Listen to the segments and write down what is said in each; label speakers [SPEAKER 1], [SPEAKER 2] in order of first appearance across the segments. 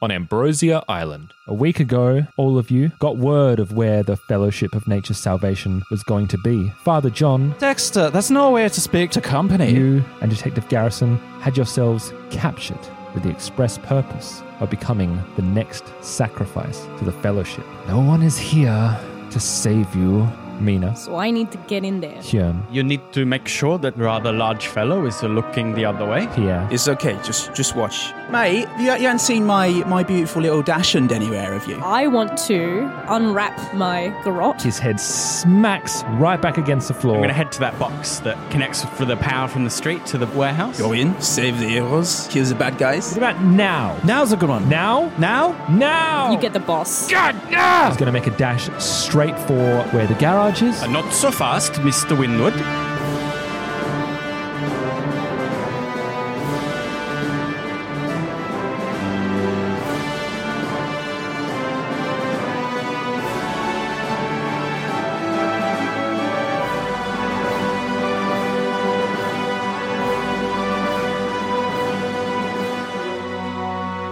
[SPEAKER 1] on Ambrosia Island, a week ago, all of you got word of where the Fellowship of Nature's Salvation was going to be. Father John,
[SPEAKER 2] Dexter, that's nowhere to speak to company.
[SPEAKER 1] you, and Detective Garrison had yourselves captured with the express purpose of becoming the next sacrifice to the Fellowship. No one is here to save you, Mina,
[SPEAKER 3] So I need to get in there.
[SPEAKER 1] Hyun,
[SPEAKER 2] You need to make sure that rather large fellow is looking the other way.
[SPEAKER 1] Pierre.
[SPEAKER 4] It's okay. Just just watch.
[SPEAKER 5] Mate, you, you haven't seen my, my beautiful little dashund anywhere, have you?
[SPEAKER 6] Oh.
[SPEAKER 3] I want to unwrap my garrote.
[SPEAKER 1] His head smacks right back against the floor.
[SPEAKER 2] I'm going to head to that box that connects for the power from the street to the warehouse.
[SPEAKER 5] Go in, save the heroes, kill the bad guys.
[SPEAKER 1] what about now?
[SPEAKER 2] Now's a good one.
[SPEAKER 1] Now?
[SPEAKER 2] Now?
[SPEAKER 1] Now!
[SPEAKER 3] You get the boss.
[SPEAKER 2] God, no!
[SPEAKER 1] He's going to make a dash straight for where the garage is.
[SPEAKER 2] Uh, Not so fast, Mr. Winwood.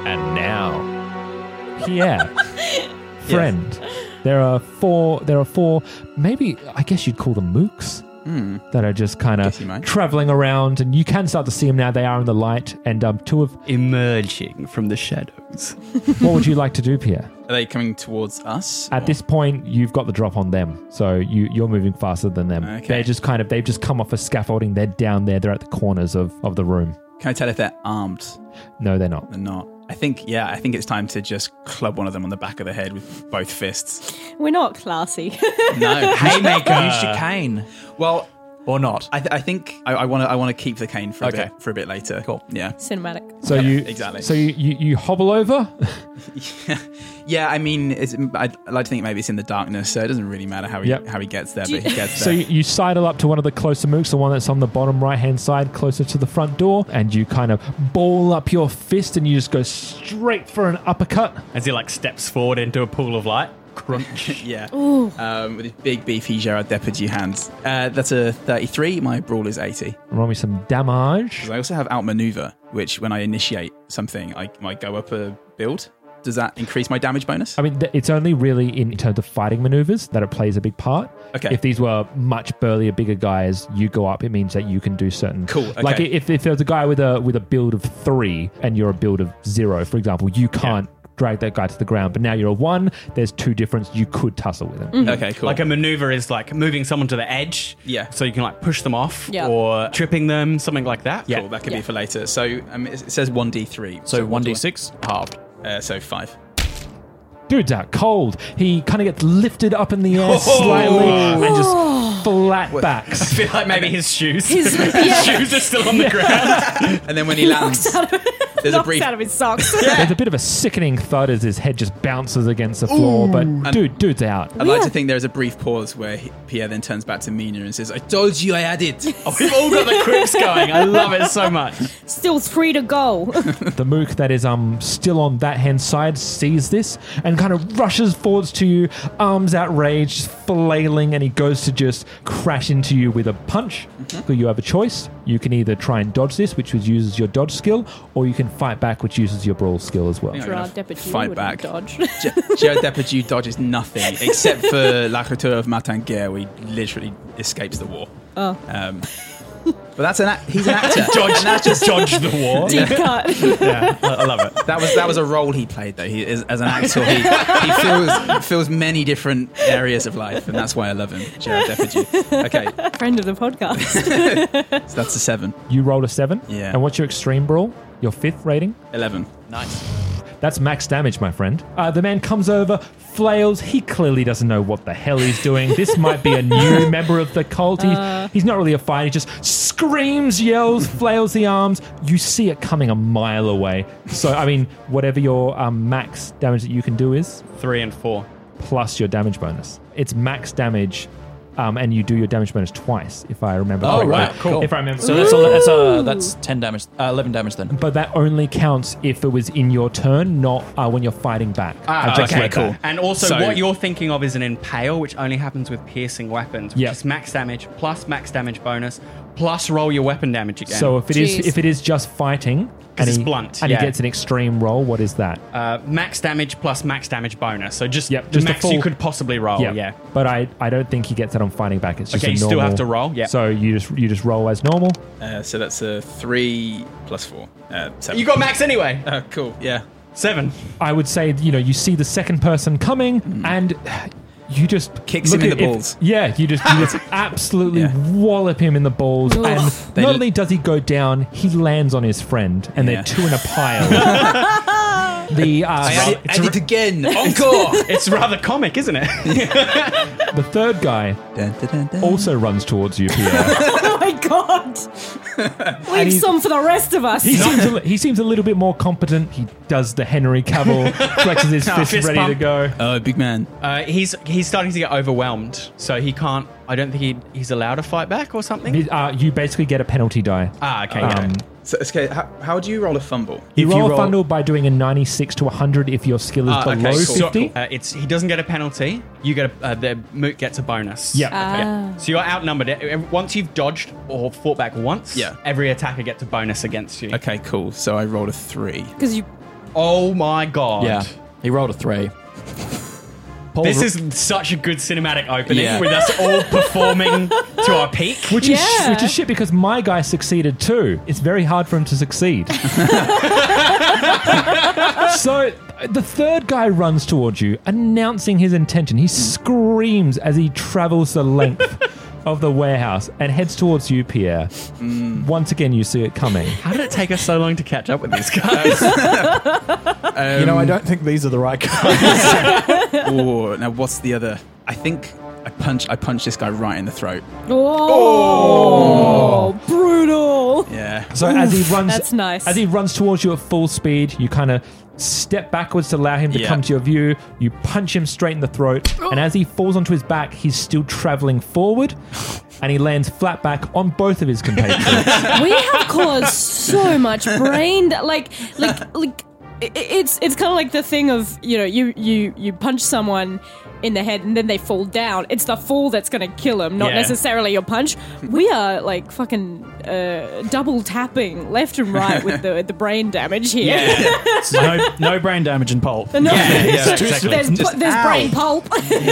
[SPEAKER 1] And now, Pierre, friend, there are four. There are four. Maybe I guess you'd call them mooks that are just kind
[SPEAKER 5] Hmm. Guess you might.
[SPEAKER 1] of traveling around, and you can start to see them now. They are in the light, and um, two of.
[SPEAKER 2] Emerging from the shadows.
[SPEAKER 1] what would you like to do, Pierre?
[SPEAKER 5] Are they coming towards us?
[SPEAKER 2] Uh,
[SPEAKER 1] At this point, you've got the drop on them, so you you're moving faster than them.
[SPEAKER 5] Okay.
[SPEAKER 1] They're just kind of they've just come off a scaffolding. They're down there. They're at the corners of of the room.
[SPEAKER 5] Can I tell if they're armed?
[SPEAKER 1] No, they're not.
[SPEAKER 5] They're not. I think, yeah, I think it's time to just club one of them on the back of the head with both fists.
[SPEAKER 3] We're not classy.
[SPEAKER 5] No.
[SPEAKER 2] Haymaker.
[SPEAKER 4] Use your cane
[SPEAKER 5] well,
[SPEAKER 4] or not.
[SPEAKER 5] I, th- I think I want to I want to keep the cane for a
[SPEAKER 4] Okay.
[SPEAKER 5] bit for a bit later.
[SPEAKER 4] Cool.
[SPEAKER 5] Yeah.
[SPEAKER 3] Cinematic.
[SPEAKER 1] So you
[SPEAKER 5] exactly.
[SPEAKER 1] So you, you you hobble over.
[SPEAKER 5] Yeah, I mean, it's, I'd like to think maybe it's in the darkness, so it doesn't really matter how he
[SPEAKER 1] Yep.
[SPEAKER 5] how he gets there,
[SPEAKER 3] Do
[SPEAKER 5] but
[SPEAKER 3] you-
[SPEAKER 5] he gets there.
[SPEAKER 1] So you, you sidle up to one of the closer mooks, the one that's on the bottom right hand side, closer to the front door, and you kind of ball up your fist and you just go straight for an uppercut.
[SPEAKER 2] As he like steps forward into a pool of light. Crunch.
[SPEAKER 5] Yeah. Um, with his big, beefy Gerard Depardieu hands. Uh, that's a 33. My brawl is 80.
[SPEAKER 1] Roll me some damage.
[SPEAKER 5] 'Cause I also have outmaneuver, which when I initiate something, I might go up a build. Does that increase my damage bonus?
[SPEAKER 2] Um,
[SPEAKER 1] I mean, th- it's only really in terms of fighting maneuvers that it plays a big part.
[SPEAKER 5] Okay.
[SPEAKER 1] If these were much burlier, bigger guys, you go up. It means that you can do certain.
[SPEAKER 5] Cool, okay.
[SPEAKER 1] Like i- if, if there was a guy with a with a build of three and you're a build of zero, for example, you can't drag that guy to the ground. But now you're a one. There's two difference. You could tussle with him.
[SPEAKER 5] Okay, cool.
[SPEAKER 2] Like a maneuver is like moving someone to the edge.
[SPEAKER 5] Yeah.
[SPEAKER 2] So you can like push them off
[SPEAKER 3] Yeah.
[SPEAKER 2] or tripping them, something like that.
[SPEAKER 5] cool. That could be for later. So um, it it says 1d3.
[SPEAKER 4] So one d six halved.
[SPEAKER 5] Uh, so five.
[SPEAKER 1] Dude's out cold. He kind of gets lifted up in the
[SPEAKER 5] Oh.
[SPEAKER 1] air slightly and just flat backs.
[SPEAKER 2] feel like maybe his shoes.
[SPEAKER 3] His-
[SPEAKER 2] shoes are still on the ground.
[SPEAKER 5] And then when he lands,
[SPEAKER 3] out of it.
[SPEAKER 5] There's a
[SPEAKER 3] Knocks
[SPEAKER 5] brief.
[SPEAKER 3] out of his socks.
[SPEAKER 1] There's a bit of a sickening thud as his head just bounces against the floor, but dude, dude's out.
[SPEAKER 5] I'd like to think there's a brief pause where he- Pierre then turns back to Mina and says, "I told you I had it."
[SPEAKER 4] Oh, we've all got the quicks going. I love it so much.
[SPEAKER 3] Still three to go.
[SPEAKER 1] The mook that is um still on that hand side sees this and kind of rushes forwards to you, arms outraged, flailing, and he goes to just crash into you with a punch. So you have a choice. You can either try and dodge this, which uses your dodge skill, or you can fight back, which uses your brawl skill as well.
[SPEAKER 5] Yeah.
[SPEAKER 3] Gerard
[SPEAKER 5] gonna
[SPEAKER 3] Depardieu
[SPEAKER 5] fight
[SPEAKER 3] wouldn't
[SPEAKER 5] back.
[SPEAKER 3] dodge.
[SPEAKER 5] Ger- Gerard Depardieu dodges nothing except for La Couture of Matanguer, where he literally escapes the war. Oh. Um, but that's an act- he's an actor.
[SPEAKER 4] Dodge, just dodge the war.
[SPEAKER 3] Deep cut.
[SPEAKER 4] Yeah, I, I love it.
[SPEAKER 5] That was that was a role he played though. He is, as an actor, he, he feels feels many different areas of life, and that's why I love him, Gerard Depardieu. Okay,
[SPEAKER 3] Friend of the podcast.
[SPEAKER 5] so that's a seven,
[SPEAKER 1] You rolled a seven.
[SPEAKER 5] Yeah.
[SPEAKER 1] And what's your extreme brawl? Your fifth rating?
[SPEAKER 5] eleven.
[SPEAKER 4] Nice.
[SPEAKER 1] That's max damage, my friend. Uh, the man comes over, flails. He clearly doesn't know what the hell he's doing. This might be a new member of the cult. He, he's not really a fighter. He just screams, yells, flails the arms. You see it coming a mile away. So, I mean, whatever your um, max damage that you can do is,
[SPEAKER 4] Three and four.
[SPEAKER 1] plus your damage bonus. It's max damage. Um, and you do your damage bonus twice, if I remember.
[SPEAKER 4] Oh,
[SPEAKER 1] correctly.
[SPEAKER 4] right, cool.
[SPEAKER 1] If I remember,
[SPEAKER 4] So that's a, that's a that's ten damage. Uh, Eleven damage then.
[SPEAKER 1] but that only counts if it was in your turn, not uh, when you're fighting back.
[SPEAKER 5] Ah,
[SPEAKER 1] I've just read that.
[SPEAKER 6] And also,
[SPEAKER 5] So-
[SPEAKER 6] what you're thinking of is an impale, which only happens with piercing weapons, which
[SPEAKER 1] Yeah.
[SPEAKER 6] is max damage plus max damage bonus plus roll your weapon damage again.
[SPEAKER 1] So if it is
[SPEAKER 3] Jeez.
[SPEAKER 1] if it is just fighting, and
[SPEAKER 6] it's
[SPEAKER 1] he,
[SPEAKER 6] blunt,
[SPEAKER 1] and
[SPEAKER 6] yeah.
[SPEAKER 1] he gets an extreme roll, what is that?
[SPEAKER 6] uh, max damage plus max damage bonus. So just,
[SPEAKER 1] Yep,
[SPEAKER 6] the
[SPEAKER 1] just the
[SPEAKER 6] max
[SPEAKER 1] full-
[SPEAKER 6] you could possibly roll. Yeah.
[SPEAKER 1] But I, I don't think he gets that on fighting back. It's just
[SPEAKER 6] Okay,
[SPEAKER 1] a
[SPEAKER 6] you still
[SPEAKER 1] normal-
[SPEAKER 6] have to roll, yeah.
[SPEAKER 1] So you just you just roll as normal.
[SPEAKER 5] Uh, so that's a three plus four, uh, seven.
[SPEAKER 6] You got max anyway.
[SPEAKER 5] Uh, cool. Yeah.
[SPEAKER 6] Seven.
[SPEAKER 1] I would say you know you see the second person coming and. You just
[SPEAKER 5] Kicks
[SPEAKER 1] look
[SPEAKER 5] him in
[SPEAKER 1] at
[SPEAKER 5] the
[SPEAKER 1] if-
[SPEAKER 5] balls.
[SPEAKER 1] yeah, you just you just absolutely
[SPEAKER 5] Yeah.
[SPEAKER 1] wallop him in the balls, and
[SPEAKER 5] They
[SPEAKER 1] not
[SPEAKER 5] l-
[SPEAKER 1] only does he go down, he lands on his friend, and
[SPEAKER 5] Yeah.
[SPEAKER 1] they're two in a pile. the uh,
[SPEAKER 5] I
[SPEAKER 1] it's
[SPEAKER 5] add it again. Encore.
[SPEAKER 6] It's rather comic, isn't it?
[SPEAKER 1] the third guy
[SPEAKER 5] Dun, dun, dun, dun.
[SPEAKER 1] also runs towards you, Pierre.
[SPEAKER 3] oh my god. Leave
[SPEAKER 1] he's-
[SPEAKER 3] some for the rest of us.
[SPEAKER 1] He seems, a, li- he seems a little bit more competent. He does the Henry Cavill, flexes his fist,
[SPEAKER 6] fist
[SPEAKER 1] ready to
[SPEAKER 6] bump.
[SPEAKER 1] go.
[SPEAKER 5] Oh, big man.
[SPEAKER 6] Uh, he's he's starting to get overwhelmed, so he can't. I don't think he, he's allowed to fight back or something.
[SPEAKER 1] He- uh, you basically get a penalty die.
[SPEAKER 6] ah, okay. yeah.
[SPEAKER 1] Um,
[SPEAKER 5] So, okay, how, how do you roll a fumble?
[SPEAKER 1] you
[SPEAKER 6] If
[SPEAKER 1] roll
[SPEAKER 6] you
[SPEAKER 1] a
[SPEAKER 6] roll-
[SPEAKER 1] fundle by doing a 96 to 100 if your skill is
[SPEAKER 6] Ah,
[SPEAKER 1] below
[SPEAKER 6] okay, cool.
[SPEAKER 1] 50.
[SPEAKER 6] Uh, it's he doesn't get a penalty. You get a uh, the moot gets a bonus.
[SPEAKER 1] Yep.
[SPEAKER 4] Uh,
[SPEAKER 6] Yeah. So you're outnumbered. E- Once you've dodged uh, or fought back once,
[SPEAKER 5] Yeah.
[SPEAKER 6] every attacker gets a bonus against you.
[SPEAKER 5] Okay, cool. So I rolled a three.
[SPEAKER 3] Because you
[SPEAKER 6] Oh my god.
[SPEAKER 4] Yeah. He rolled a three. Paul
[SPEAKER 6] This is such a good cinematic opening
[SPEAKER 4] Yeah.
[SPEAKER 6] with us all performing to our peak.
[SPEAKER 1] Which, is,
[SPEAKER 3] Yeah.
[SPEAKER 1] which is shit because my guy succeeded too. It's very hard for him to succeed. so the third guy runs towards you, announcing his intention. He screams as he travels the length of the warehouse and heads towards you, Pierre. Once again, you see it coming.
[SPEAKER 6] How did it take us so long to catch up with these guys?
[SPEAKER 7] you know, I don't think these are the right cards.
[SPEAKER 5] Oh, now what's the other? I think I punch. I punch this guy right in the throat.
[SPEAKER 3] Oh, brutal.
[SPEAKER 5] Yeah.
[SPEAKER 1] So as he runs,
[SPEAKER 3] that's nice.
[SPEAKER 1] As he runs towards you at full speed, you kind of step backwards to allow him to
[SPEAKER 5] Yeah.
[SPEAKER 1] come to your view. You punch him straight in the throat, and as he falls onto his back, he's still traveling forward, and he lands flat back on both of his compatriots.
[SPEAKER 3] we have caused so much brain da- like like like i- i- it's it's kind of like the thing of you know you you you punch someone in the head and then they fall down it's the fall that's going to kill them not
[SPEAKER 6] Yeah.
[SPEAKER 3] necessarily your punch we are like fucking uh, double tapping left and right with the the brain damage here
[SPEAKER 7] no, no brain damage in pulp.
[SPEAKER 3] No,
[SPEAKER 6] yeah,
[SPEAKER 3] there's,
[SPEAKER 6] exactly.
[SPEAKER 3] pu- there's brain pulp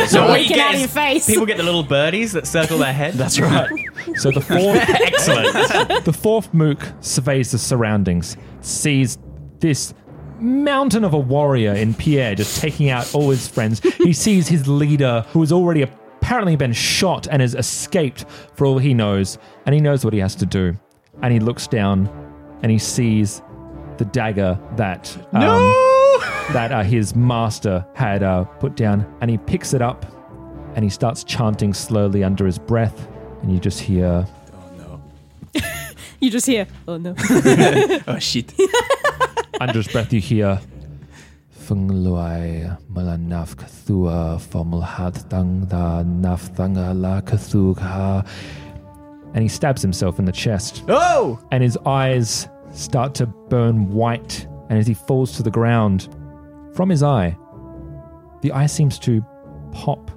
[SPEAKER 6] So what you
[SPEAKER 3] get out of
[SPEAKER 6] is
[SPEAKER 3] your face
[SPEAKER 6] People get the little birdies that circle their head.
[SPEAKER 7] That's right.
[SPEAKER 1] so the fourth,
[SPEAKER 6] Excellent.
[SPEAKER 1] the fourth mook surveys the surroundings, sees this. Mountain of a warrior in Pierre just taking out all his friends. He sees his leader, who has already apparently been shot and has escaped for all he knows, and he knows what he has to do. And he looks down and he sees the dagger that um, that uh, his master had uh, put down, and he picks it up and he starts chanting slowly under his breath, and you just hear.
[SPEAKER 3] you just hear oh no
[SPEAKER 5] Oh shit.
[SPEAKER 1] Under's breath, you hear. Fung luai malanaf kathua fomulhat dangda naftanga la kathugha. And he stabs himself in the chest.
[SPEAKER 5] Oh!
[SPEAKER 1] And his eyes start to burn white. And as he falls to the ground, from his eye, the eye seems to pop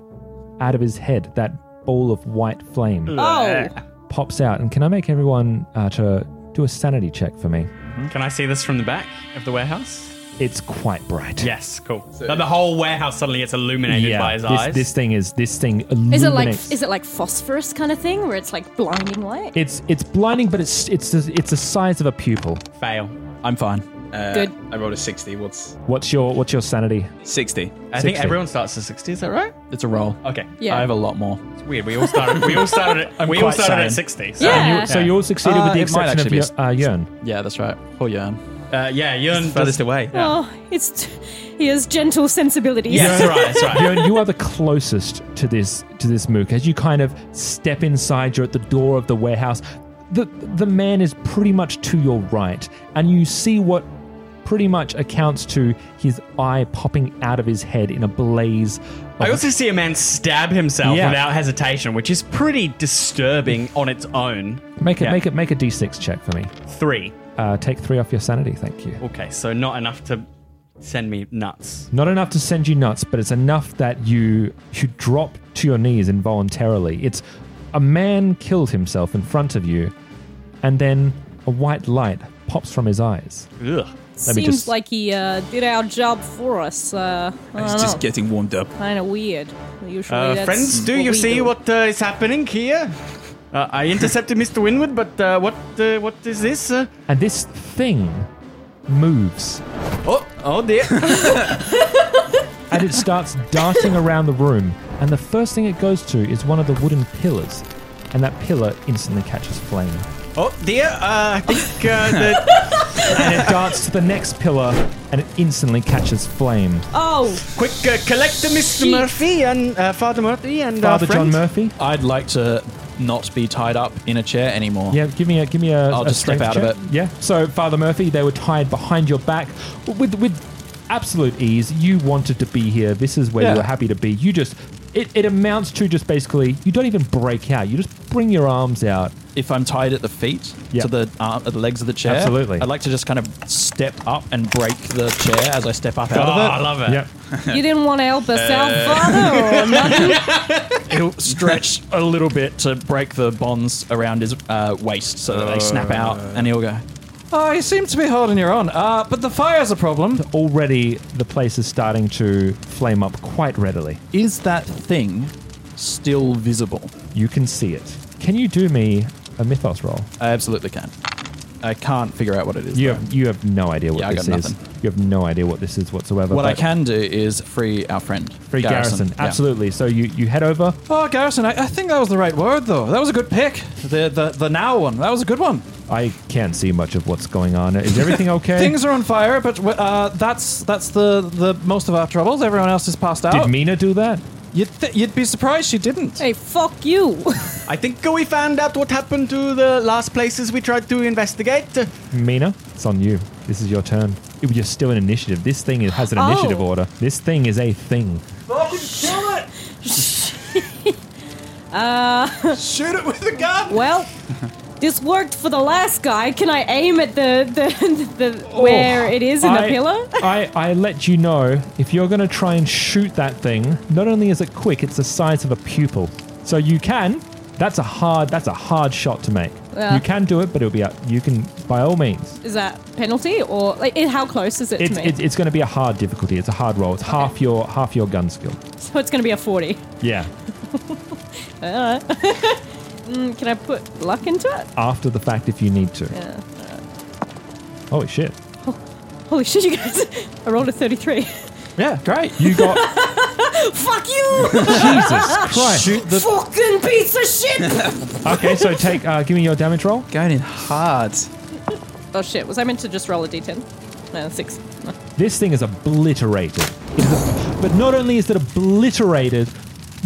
[SPEAKER 1] out of his head. That ball of white flame
[SPEAKER 3] Oh.
[SPEAKER 1] pops out. And can I make everyone uh, to do a sanity check for me?
[SPEAKER 6] Hmm, Can I see this from the back of the warehouse?
[SPEAKER 1] It's quite bright.
[SPEAKER 6] Yes, cool. Like the whole warehouse suddenly gets illuminated by his
[SPEAKER 1] this,
[SPEAKER 6] eyes.
[SPEAKER 1] this thing is this thing illuminates.
[SPEAKER 3] Is it like is it like phosphorus kind of thing where it's like blinding light?
[SPEAKER 1] it's it's blinding, but it's it's it's the size of a pupil.
[SPEAKER 6] Fail.
[SPEAKER 5] I'm fine. Uh,
[SPEAKER 3] Good.
[SPEAKER 5] I rolled a 60. What's
[SPEAKER 1] What's your what's your sanity?
[SPEAKER 5] 60?
[SPEAKER 6] I think everyone starts at 60, is that right?
[SPEAKER 4] It's a roll.
[SPEAKER 6] Okay.
[SPEAKER 3] Yeah.
[SPEAKER 4] I have a lot more.
[SPEAKER 6] It's weird. We all started we all started at,
[SPEAKER 4] I'm
[SPEAKER 6] we all
[SPEAKER 4] quite
[SPEAKER 6] started at 60.
[SPEAKER 4] sane.
[SPEAKER 1] So you, so you all succeeded
[SPEAKER 4] Uh,
[SPEAKER 1] with the
[SPEAKER 4] it might
[SPEAKER 1] exception
[SPEAKER 4] actually be a
[SPEAKER 1] of
[SPEAKER 4] s-
[SPEAKER 1] your, uh, Yearn.
[SPEAKER 4] Yeah, that's right. Poor Yearn.
[SPEAKER 6] Uh, yeah, Yearn
[SPEAKER 4] It's furthest
[SPEAKER 6] away.
[SPEAKER 3] Oh, it's he has gentle sensibilities.
[SPEAKER 1] Yearn, you are the closest to this to this mook. As you kind of step inside, you're at the door of the warehouse. The the man is pretty much to your right, and you see what pretty much accounts to his eye popping out of his head in a blaze. Of
[SPEAKER 6] I also see a man stab himself
[SPEAKER 1] Yeah.
[SPEAKER 6] without hesitation, which is pretty disturbing on its own.
[SPEAKER 1] make it
[SPEAKER 6] Yeah.
[SPEAKER 1] make it make a d6 check for me.
[SPEAKER 6] Three.
[SPEAKER 1] Uh, take three off your sanity, thank you.
[SPEAKER 6] Okay, so not enough to send me nuts.
[SPEAKER 1] Not enough to send you nuts, but it's enough that you you drop to your knees involuntarily. It's a man killed himself in front of you, and then a white light pops from his eyes.
[SPEAKER 6] Ugh.
[SPEAKER 1] Let me
[SPEAKER 3] Seems
[SPEAKER 1] just.
[SPEAKER 3] like he uh, did our job for us. Uh,
[SPEAKER 5] It's just getting warmed up.
[SPEAKER 3] kind of weird. Usually,
[SPEAKER 6] Uh,
[SPEAKER 3] that's
[SPEAKER 6] friends, do
[SPEAKER 3] what
[SPEAKER 6] you
[SPEAKER 3] we
[SPEAKER 6] see
[SPEAKER 3] do.
[SPEAKER 6] what uh, is happening here? Uh, I intercepted Mr. Winwood, but uh, what uh, what is this? Uh,
[SPEAKER 1] and this thing moves,
[SPEAKER 6] oh, oh dear.
[SPEAKER 1] and it starts darting around the room. And the first thing it goes to is one of the wooden pillars, and that pillar instantly catches flame.
[SPEAKER 6] oh dear. Uh, I think uh, the
[SPEAKER 1] And it darts to the next pillar, and it instantly catches flame.
[SPEAKER 3] Oh,
[SPEAKER 6] quick uh, collect Mr.
[SPEAKER 3] Shit.
[SPEAKER 6] Murphy and uh, Father Murphy and
[SPEAKER 1] Father
[SPEAKER 6] uh,
[SPEAKER 1] John
[SPEAKER 6] friends.
[SPEAKER 1] Murphy.
[SPEAKER 4] I'd like to not be tied up in a chair anymore.
[SPEAKER 1] Yeah, give me a give me a.
[SPEAKER 4] I'll
[SPEAKER 1] a
[SPEAKER 4] just step
[SPEAKER 1] strength
[SPEAKER 4] out of
[SPEAKER 1] check.
[SPEAKER 4] it.
[SPEAKER 1] Yeah. So Father Murphy, they were tied behind your back with with absolute ease. You wanted to be here. This is where
[SPEAKER 4] Yeah.
[SPEAKER 1] you were happy to be. You just it, it amounts to just basically you don't even break out. You just bring your arms out.
[SPEAKER 4] If I'm tied at the feet
[SPEAKER 1] Yeah.
[SPEAKER 4] to the arm, at the legs of the chair,
[SPEAKER 1] Absolutely.
[SPEAKER 4] I'd like to just kind of step up and break the chair as I step up out
[SPEAKER 6] Oh,
[SPEAKER 4] of it.
[SPEAKER 6] I love it.
[SPEAKER 1] Yeah.
[SPEAKER 3] you didn't want to help us out, Father. Or nothing?
[SPEAKER 4] He'll stretch a little bit to break the bonds around his uh, waist so that they snap out, and he'll go.
[SPEAKER 7] Oh, you seem to be holding your own. Uh, but the fire's a problem.
[SPEAKER 1] Already the place is starting to flame up quite readily.
[SPEAKER 4] Is that thing still visible?
[SPEAKER 1] You can see it. Can you do me a mythos roll?
[SPEAKER 4] I absolutely can. I can't figure out what it is.
[SPEAKER 1] You
[SPEAKER 4] though.
[SPEAKER 1] have you have no idea what
[SPEAKER 4] Yeah, I
[SPEAKER 1] this
[SPEAKER 4] got
[SPEAKER 1] is.
[SPEAKER 4] nothing.
[SPEAKER 1] You have no idea what this is whatsoever.
[SPEAKER 4] What I
[SPEAKER 1] but-
[SPEAKER 4] can do is free our friend.
[SPEAKER 1] Free Garrison,
[SPEAKER 4] Yeah.
[SPEAKER 1] absolutely. So you, you head over.
[SPEAKER 7] Oh, Garrison, I, I think that was the right word, though. That was a good pick. The the, the now one. That was a good one.
[SPEAKER 1] I can't see much of what's going on. Is everything okay?
[SPEAKER 7] Things are on fire, but uh, that's that's the, the most of our troubles. Everyone else is passed out.
[SPEAKER 1] Did Mina do that?
[SPEAKER 7] You'd, th- you'd be surprised she didn't.
[SPEAKER 3] hey, fuck you.
[SPEAKER 6] I think uh, we found out what happened to the last places we tried to investigate. Uh,
[SPEAKER 1] Mina, it's on you. This is your turn. It- You're still an initiative. This thing is, has an
[SPEAKER 3] Oh.
[SPEAKER 1] initiative order. This thing is a thing.
[SPEAKER 5] Shoot it with a gun!
[SPEAKER 3] well, this worked for the last guy. Can I aim at the the, the where it is in
[SPEAKER 1] Oh, I,
[SPEAKER 3] the pillar?
[SPEAKER 1] I, I let you know if you're going to try and shoot that thing. Not only is it quick, it's the size of a pupil. So you can. That's a hard. That's a hard shot to make.
[SPEAKER 3] Yeah.
[SPEAKER 1] You can do it, but it'll be up. You can, by all means.
[SPEAKER 3] Is that penalty or like it- how close is it
[SPEAKER 1] It's,
[SPEAKER 3] to me?
[SPEAKER 1] it's, it's going to be a hard difficulty. It's a hard roll. It's half your half your gun skill.
[SPEAKER 3] so it's going to be a forty.
[SPEAKER 1] Yeah.
[SPEAKER 3] Mm, Can I put luck into it?
[SPEAKER 1] After the fact, if you need to. Holy shit!
[SPEAKER 3] Holy shit, you guys! I rolled a thirty-three.
[SPEAKER 7] Yeah, great.
[SPEAKER 1] You got
[SPEAKER 3] Fuck you!
[SPEAKER 1] Jesus Christ.
[SPEAKER 3] Fucking piece of shit!
[SPEAKER 1] Okay, so take uh, give me your damage roll.
[SPEAKER 5] Going in hard.
[SPEAKER 3] oh shit, was I meant to just roll a d10? No, six. No.
[SPEAKER 1] This thing is obliterated. It is a- but not only is it obliterated,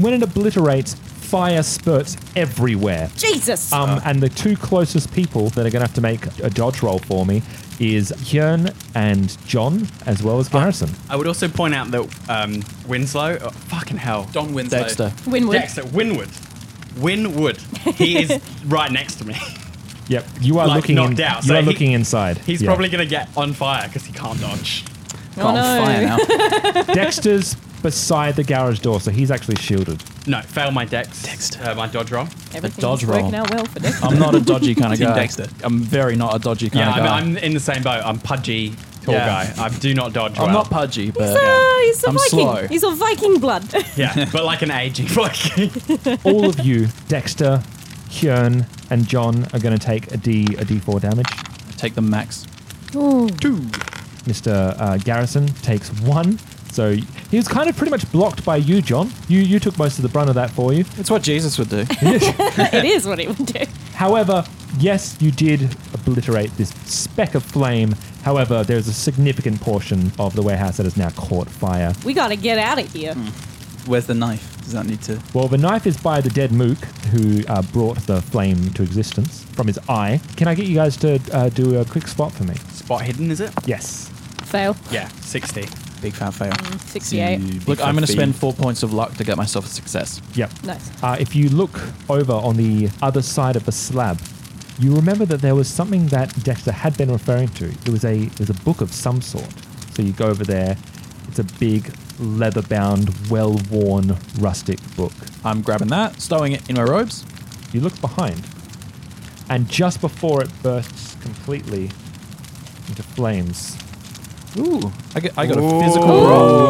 [SPEAKER 1] when it obliterates, Fire spurts everywhere.
[SPEAKER 3] Jesus.
[SPEAKER 1] Um, and the two closest people that are going to have to make a dodge roll for me is Hjern and John, as well
[SPEAKER 6] Uh,
[SPEAKER 1] as Garrison.
[SPEAKER 6] I would also point out that um, Winslow, oh, fucking hell, Don Winslow,
[SPEAKER 1] Dexter.
[SPEAKER 3] Winwood.
[SPEAKER 6] Dexter Winwood, Winwood. He is right next to me.
[SPEAKER 1] Yep, you are
[SPEAKER 6] Like,
[SPEAKER 1] looking. In,
[SPEAKER 6] knocked out,
[SPEAKER 1] You
[SPEAKER 6] so
[SPEAKER 1] are
[SPEAKER 6] he-
[SPEAKER 1] looking inside.
[SPEAKER 6] He's
[SPEAKER 1] Yeah.
[SPEAKER 6] probably gonna get on fire because he can't dodge.
[SPEAKER 3] Oh, Got on no. fire now.
[SPEAKER 1] Dexter's beside the garage door, so he's actually shielded.
[SPEAKER 6] No, fail my dex. Dexter. Uh, my dodge roll.
[SPEAKER 3] Everything's working out well for Dexter.
[SPEAKER 4] I'm not a dodgy kind of
[SPEAKER 6] Team
[SPEAKER 4] guy.
[SPEAKER 6] Dexter.
[SPEAKER 4] I'm very not Uh, a dodgy kind
[SPEAKER 6] yeah,
[SPEAKER 4] of guy.
[SPEAKER 6] I mean, I'm in the same boat. I'm pudgy, tall
[SPEAKER 4] Yeah.
[SPEAKER 6] guy. I do not dodge
[SPEAKER 4] I'm
[SPEAKER 6] well.
[SPEAKER 4] not pudgy, but
[SPEAKER 3] He's a, Oh, he's a
[SPEAKER 6] I'm
[SPEAKER 3] Viking.
[SPEAKER 6] slow.
[SPEAKER 3] He's a Viking blood.
[SPEAKER 6] yeah, but like an aging Viking.
[SPEAKER 1] All of you, Dexter, Hjern, and John, are going to take a D a D4 damage.
[SPEAKER 4] Take the max.
[SPEAKER 3] Two.
[SPEAKER 1] Mr. Uh, Garrison takes one. So he was kind of pretty much blocked by you, John. You you took most of the brunt of that for you.
[SPEAKER 4] It's what Jesus would do.
[SPEAKER 3] it is what he would do.
[SPEAKER 1] However, yes, you did obliterate this speck of flame. However, there's a significant portion of the warehouse that has now caught fire.
[SPEAKER 3] We gotta get out of here.
[SPEAKER 5] Where's the knife? Does that need to?
[SPEAKER 1] Well, the knife is by the dead Mook who uh, brought the flame to existence from his eye. Can I get you guys to uh, do a quick spot for me?
[SPEAKER 6] Spot hidden, is it?
[SPEAKER 1] Yes.
[SPEAKER 3] Fail.
[SPEAKER 6] Yeah, 60.
[SPEAKER 5] Big fat fail.
[SPEAKER 4] Mm,
[SPEAKER 3] 68.
[SPEAKER 4] Look, I'm going to spend four points of luck to get myself a success.
[SPEAKER 1] Yep.
[SPEAKER 3] Nice.
[SPEAKER 1] Uh, if you look over on the other side of the slab, you remember that there was something that Dexter had been referring to. It was a it was a book of some sort. So you go over there. It's a big, leather-bound, well-worn, rustic book.
[SPEAKER 4] I'm grabbing that, stowing it in my robes.
[SPEAKER 1] You look behind, and just before it bursts completely into flames,
[SPEAKER 4] Ooh, I, get, I got a physical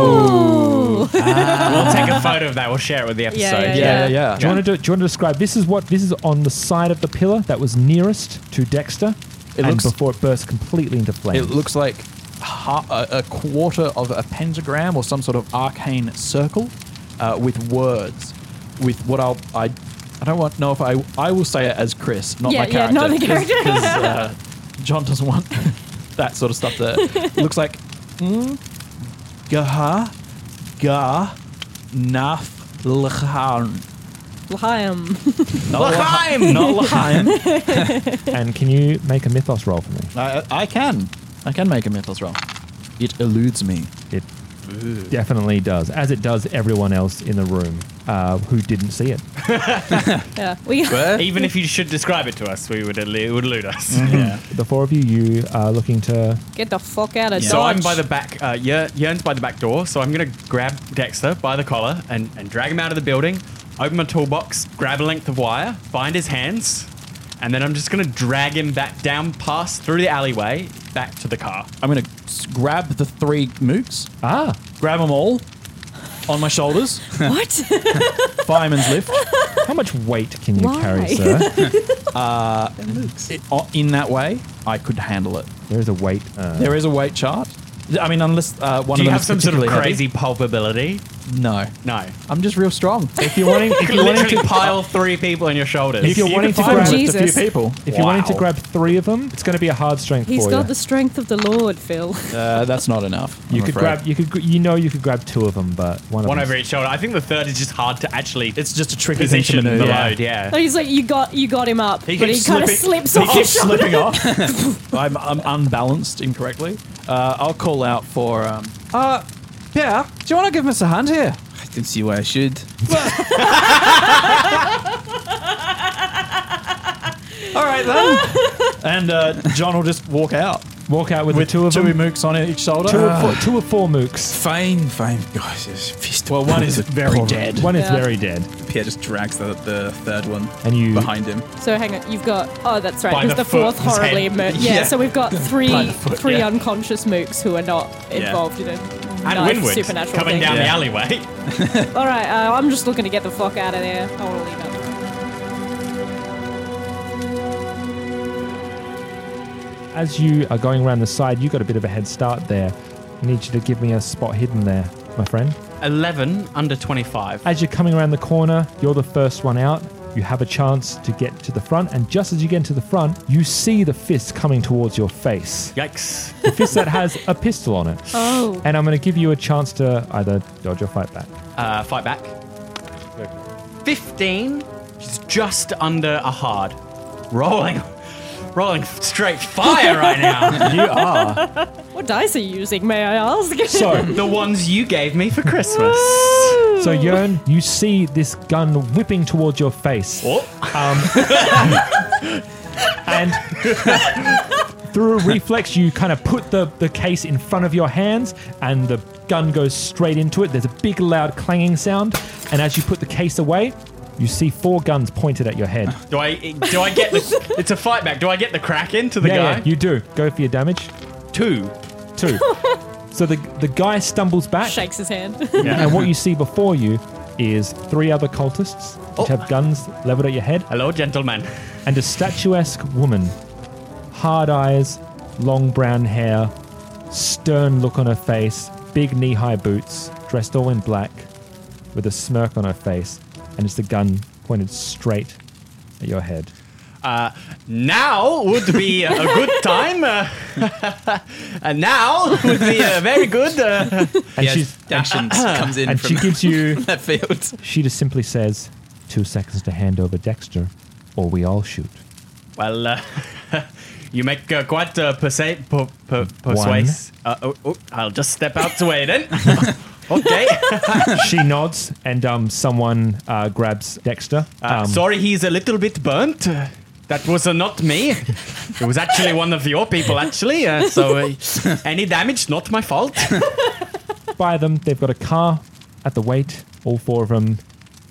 [SPEAKER 4] roll.
[SPEAKER 6] we'll take a photo of that. We'll share it with the episode.
[SPEAKER 4] yeah, Yeah, yeah. yeah, yeah.
[SPEAKER 1] Do you want to do, do you want to describe? This is what this is on the side of the pillar that was nearest to Dexter,
[SPEAKER 4] It
[SPEAKER 1] and
[SPEAKER 4] looks-
[SPEAKER 1] before it bursts completely into
[SPEAKER 4] It
[SPEAKER 1] flames.
[SPEAKER 4] looks like ha- a, a quarter of a pentagram or some sort of arcane circle uh, with words, with what I'll I. I don't want know if I I will say it as Chris, not
[SPEAKER 3] Yeah,
[SPEAKER 4] my
[SPEAKER 3] yeah,
[SPEAKER 4] character.
[SPEAKER 3] not the character.
[SPEAKER 4] Because uh, John doesn't want that sort of stuff. There looks like mm, gaha ga naf l'chan.
[SPEAKER 3] Lahaim.
[SPEAKER 4] Not l'chaim. Not l'chaim.
[SPEAKER 1] and can you make a mythos roll for me?
[SPEAKER 4] I, I can. I can make a mythos roll. It eludes me.
[SPEAKER 1] It definitely does, as it does everyone else in the room uh, who didn't see it.
[SPEAKER 3] Yeah. We,
[SPEAKER 6] Even if you should describe it to us, we would elude, would elude us.
[SPEAKER 1] The four of you, you are looking to.
[SPEAKER 3] get the fuck out of
[SPEAKER 6] So I'm
[SPEAKER 3] Dodge.
[SPEAKER 6] by the back. Uh, Year- Yearn's by the back door. So I'm gonna grab Dexter Oh, by the collar and, and drag him out of the building. Open my toolbox, grab a length of wire, bind his hands, and then I'm just gonna drag him back down, past through the alleyway, back to the car.
[SPEAKER 4] I'm going to grab the three mooks.
[SPEAKER 1] Ah,
[SPEAKER 4] grab them all on my shoulders.
[SPEAKER 3] What?
[SPEAKER 4] Fireman's lift.
[SPEAKER 1] How much weight can you
[SPEAKER 3] Why?
[SPEAKER 1] carry, sir?
[SPEAKER 4] Uh, it- o- in that way, I could handle it.
[SPEAKER 1] there is a weight. Uh,
[SPEAKER 4] There is a weight chart. I mean, unless uh, one
[SPEAKER 6] Do you
[SPEAKER 4] of them
[SPEAKER 6] have
[SPEAKER 4] is
[SPEAKER 6] some sort of
[SPEAKER 4] particularly
[SPEAKER 6] crazy pulpability?
[SPEAKER 4] heavy. No,
[SPEAKER 6] No.
[SPEAKER 4] I'm just real strong.
[SPEAKER 1] if you're wanting, if
[SPEAKER 6] You
[SPEAKER 1] you're wanting
[SPEAKER 6] literally
[SPEAKER 1] to
[SPEAKER 6] pile three people on your shoulders.
[SPEAKER 1] If you're
[SPEAKER 6] You
[SPEAKER 1] wanting
[SPEAKER 6] can
[SPEAKER 1] to
[SPEAKER 6] fire
[SPEAKER 1] grab
[SPEAKER 6] with
[SPEAKER 3] Jesus.
[SPEAKER 6] a few people.
[SPEAKER 1] if you're wanting to
[SPEAKER 6] Wow.
[SPEAKER 1] grab three of them, it's going to be a hard strength
[SPEAKER 3] He's
[SPEAKER 1] for
[SPEAKER 3] got
[SPEAKER 1] you.
[SPEAKER 3] the strength of the Lord, Phil.
[SPEAKER 4] Uh, that's not enough.
[SPEAKER 1] you
[SPEAKER 4] I'm
[SPEAKER 1] could
[SPEAKER 4] afraid.
[SPEAKER 1] grab. You could. gr- You know, you could grab two of them, but one of
[SPEAKER 6] one
[SPEAKER 1] them's-
[SPEAKER 6] over each shoulder. I think the third is just hard to actually.
[SPEAKER 4] It's just a tricky thing to
[SPEAKER 6] position the
[SPEAKER 4] maneuver.
[SPEAKER 6] load. Yeah.
[SPEAKER 3] So he's like, you got, you got him up,
[SPEAKER 6] He
[SPEAKER 3] but he
[SPEAKER 6] keeps
[SPEAKER 3] kind of
[SPEAKER 6] slipping-
[SPEAKER 3] slips
[SPEAKER 6] he
[SPEAKER 3] off.
[SPEAKER 4] It keeps slipping off. I'm, I'm unbalanced incorrectly. Uh, I'll call out for. Um,
[SPEAKER 7] Uh, yeah. Do you want to give us a hand here?
[SPEAKER 5] I didn't see why I should.
[SPEAKER 7] All right then.
[SPEAKER 4] and uh, John will just walk out
[SPEAKER 1] Walk out with,
[SPEAKER 4] with
[SPEAKER 1] the two of
[SPEAKER 4] two
[SPEAKER 1] them.
[SPEAKER 4] mooks on each shoulder.
[SPEAKER 1] Two of, four, two of four mooks.
[SPEAKER 5] Fine, fine. Gosh, it's fist.
[SPEAKER 4] well, one is very dead.
[SPEAKER 1] One is
[SPEAKER 3] Yeah.
[SPEAKER 1] very dead.
[SPEAKER 5] Pierre just drags the, the third one
[SPEAKER 1] And you-
[SPEAKER 5] behind him.
[SPEAKER 3] So hang on, you've got oh that's right
[SPEAKER 6] By
[SPEAKER 3] because the,
[SPEAKER 6] the
[SPEAKER 3] fourth
[SPEAKER 6] foot, his
[SPEAKER 3] horribly
[SPEAKER 6] head.
[SPEAKER 3] immer- yeah,
[SPEAKER 5] Yeah.
[SPEAKER 3] So we've got three
[SPEAKER 5] foot,
[SPEAKER 3] three
[SPEAKER 5] yeah.
[SPEAKER 3] unconscious mooks who are not
[SPEAKER 5] Yeah.
[SPEAKER 3] involved in a
[SPEAKER 6] And
[SPEAKER 3] nice
[SPEAKER 6] Winwood
[SPEAKER 3] supernatural
[SPEAKER 6] coming
[SPEAKER 3] thing.
[SPEAKER 6] down the
[SPEAKER 5] Yeah.
[SPEAKER 6] alleyway.
[SPEAKER 3] All right, uh, I'm just looking to get the fuck out of there. I want to leave now.
[SPEAKER 1] As you are going around the side, you got a bit of a head start there. I need you to give me a spot hidden there, my friend.
[SPEAKER 6] 11 under 25.
[SPEAKER 1] As you're coming around the corner, you're the first one out. You have a chance to get to the front, and just as you get to the front, you see the fist coming towards your face.
[SPEAKER 6] Yikes.
[SPEAKER 1] The fist that has a pistol on it.
[SPEAKER 3] Oh.
[SPEAKER 1] And I'm going to give you a chance to either dodge or fight back.
[SPEAKER 6] Uh, fight back. 15. She's just under a hard. Rolling, rolling straight fire right now.
[SPEAKER 3] What dice are you using, may I ask?
[SPEAKER 6] So the ones you gave me for Christmas.
[SPEAKER 1] So Yearn, you see this gun whipping towards your face.
[SPEAKER 6] Oh.
[SPEAKER 1] Um, and through a reflex, you kind of put the, the case in front of your hands, and the gun goes straight into it. There's a big, loud clanging sound, and as you put the case away, you see four guns pointed at your head.
[SPEAKER 6] Do I do I get the? It's a fight back. Do I get the crack into the
[SPEAKER 1] yeah,
[SPEAKER 6] guy?
[SPEAKER 1] yeah, you do. Go for your damage.
[SPEAKER 6] Two.
[SPEAKER 1] Two. so the the guy stumbles back.
[SPEAKER 3] Shakes his hand.
[SPEAKER 1] And what you see before you is three other cultists which
[SPEAKER 5] Oh.
[SPEAKER 1] have guns leveled at your head.
[SPEAKER 6] Hello, gentlemen.
[SPEAKER 1] And a statuesque woman. Hard eyes, long brown hair, stern look on her face, big knee high boots, dressed all in black, with a smirk on her face, and it's the gun pointed straight at your head.
[SPEAKER 6] Uh, now would be a good time. Uh, and now would be a very good. Uh,
[SPEAKER 1] And she's
[SPEAKER 5] Dashens comes in
[SPEAKER 1] and
[SPEAKER 5] from
[SPEAKER 1] she gives you
[SPEAKER 5] that field.
[SPEAKER 1] she just simply says, two seconds to hand over Dexter, or we all shoot.
[SPEAKER 6] well, uh, you make uh, quite uh, persa- per- per- persuasive. Uh, oh, oh, I'll just step out the way then. okay.
[SPEAKER 1] she nods, and um, someone uh, grabs Dexter.
[SPEAKER 6] Uh,
[SPEAKER 1] Um,
[SPEAKER 6] sorry, he's a little bit burnt. Uh, That was uh, not me. It was actually one of your people, actually. Uh, so, uh, any damage, not my fault.
[SPEAKER 1] by them, they've got a car at the wait. All four of them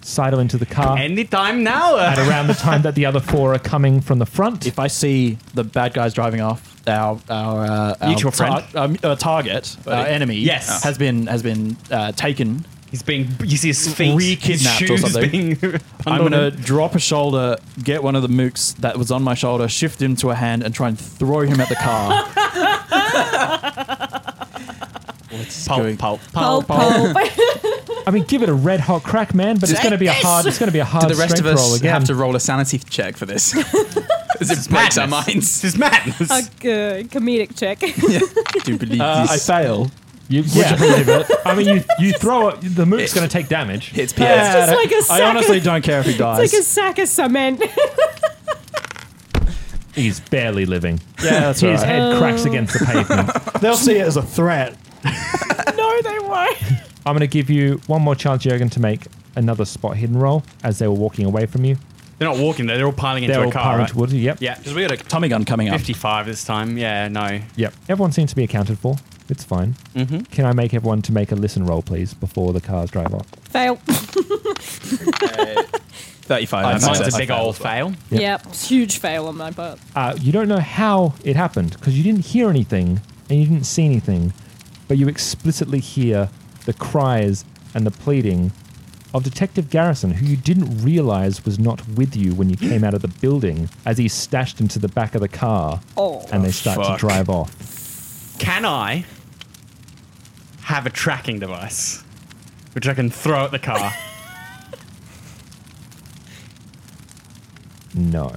[SPEAKER 1] sidle into the car.
[SPEAKER 6] Any time now.
[SPEAKER 1] at
[SPEAKER 6] Uh,
[SPEAKER 1] around the time that the other four are coming from the front,
[SPEAKER 4] If I see the bad guys driving off, our our, uh, our
[SPEAKER 6] Mutual friend?
[SPEAKER 4] tar- um, uh, target, our
[SPEAKER 6] Buddy.
[SPEAKER 4] enemy,
[SPEAKER 6] Yes. Ah.
[SPEAKER 4] has been has been uh, taken.
[SPEAKER 6] he's being. You see his feet, his
[SPEAKER 4] Re-kidnapped or
[SPEAKER 6] shoes
[SPEAKER 4] something.
[SPEAKER 6] being.
[SPEAKER 4] I'm
[SPEAKER 6] bundled
[SPEAKER 4] gonna
[SPEAKER 6] in.
[SPEAKER 4] drop a shoulder, get one of the mooks that was on my shoulder, shift him to a hand, and try and throw him at the car.
[SPEAKER 6] pulp,
[SPEAKER 4] going-
[SPEAKER 6] pulp,
[SPEAKER 3] Pulp,
[SPEAKER 6] pulp,
[SPEAKER 3] pulp.
[SPEAKER 1] I mean, give it a red hot crack, man. But it's going to be a hard. It's going to be a hard
[SPEAKER 5] Do the rest of
[SPEAKER 1] strength roll
[SPEAKER 5] us
[SPEAKER 1] again.
[SPEAKER 5] have to roll a sanity check for this? Because it breaks our minds.
[SPEAKER 6] This is madness.
[SPEAKER 3] A uh, comedic check.
[SPEAKER 5] Do believe
[SPEAKER 4] Uh, I
[SPEAKER 5] this.
[SPEAKER 4] fail.
[SPEAKER 1] you, yeah. I mean, you, you throw it. The mook's going to take damage.
[SPEAKER 5] It's PS.
[SPEAKER 3] It's like a
[SPEAKER 4] I
[SPEAKER 3] sack
[SPEAKER 4] honestly
[SPEAKER 3] of-
[SPEAKER 4] don't care if he dies.
[SPEAKER 3] It's like a sack of cement.
[SPEAKER 1] He's barely living.
[SPEAKER 4] yeah, that's
[SPEAKER 1] His
[SPEAKER 4] right.
[SPEAKER 1] head cracks against the pavement.
[SPEAKER 4] They'll see it as a threat.
[SPEAKER 3] no, they won't.
[SPEAKER 1] I'm going to give you one more chance, Jurgen, to make another spot hidden roll as they were walking away from you.
[SPEAKER 6] They're not walking though. They're all piling into
[SPEAKER 1] They're
[SPEAKER 6] a
[SPEAKER 1] all
[SPEAKER 6] car.
[SPEAKER 1] powering
[SPEAKER 6] Right?
[SPEAKER 1] towards you. Yep.
[SPEAKER 6] Yeah,
[SPEAKER 4] Because we got a tummy gun coming up.
[SPEAKER 6] 55 this time. Yeah, no.
[SPEAKER 1] Yep. Everyone seems to be accounted for. It's fine. Mm-hmm. Can I make everyone to make a listen roll, please, before the cars drive off?
[SPEAKER 3] Fail.
[SPEAKER 5] 35.
[SPEAKER 6] Uh,
[SPEAKER 5] that's
[SPEAKER 6] mine's a
[SPEAKER 5] success.
[SPEAKER 6] big old fail.
[SPEAKER 3] Yep. Huge fail on my part.
[SPEAKER 1] Uh, you don't know how it happened because you didn't hear anything and you didn't see anything, but you explicitly hear the cries and the pleading of Detective Garrison, who you didn't realize was not with you when you came out of the building, as he's stashed into the back of the car
[SPEAKER 3] Oh.
[SPEAKER 1] and they start to
[SPEAKER 5] Fuck.
[SPEAKER 1] drive off.
[SPEAKER 6] Can I have a tracking device which I can throw at the car?
[SPEAKER 1] No.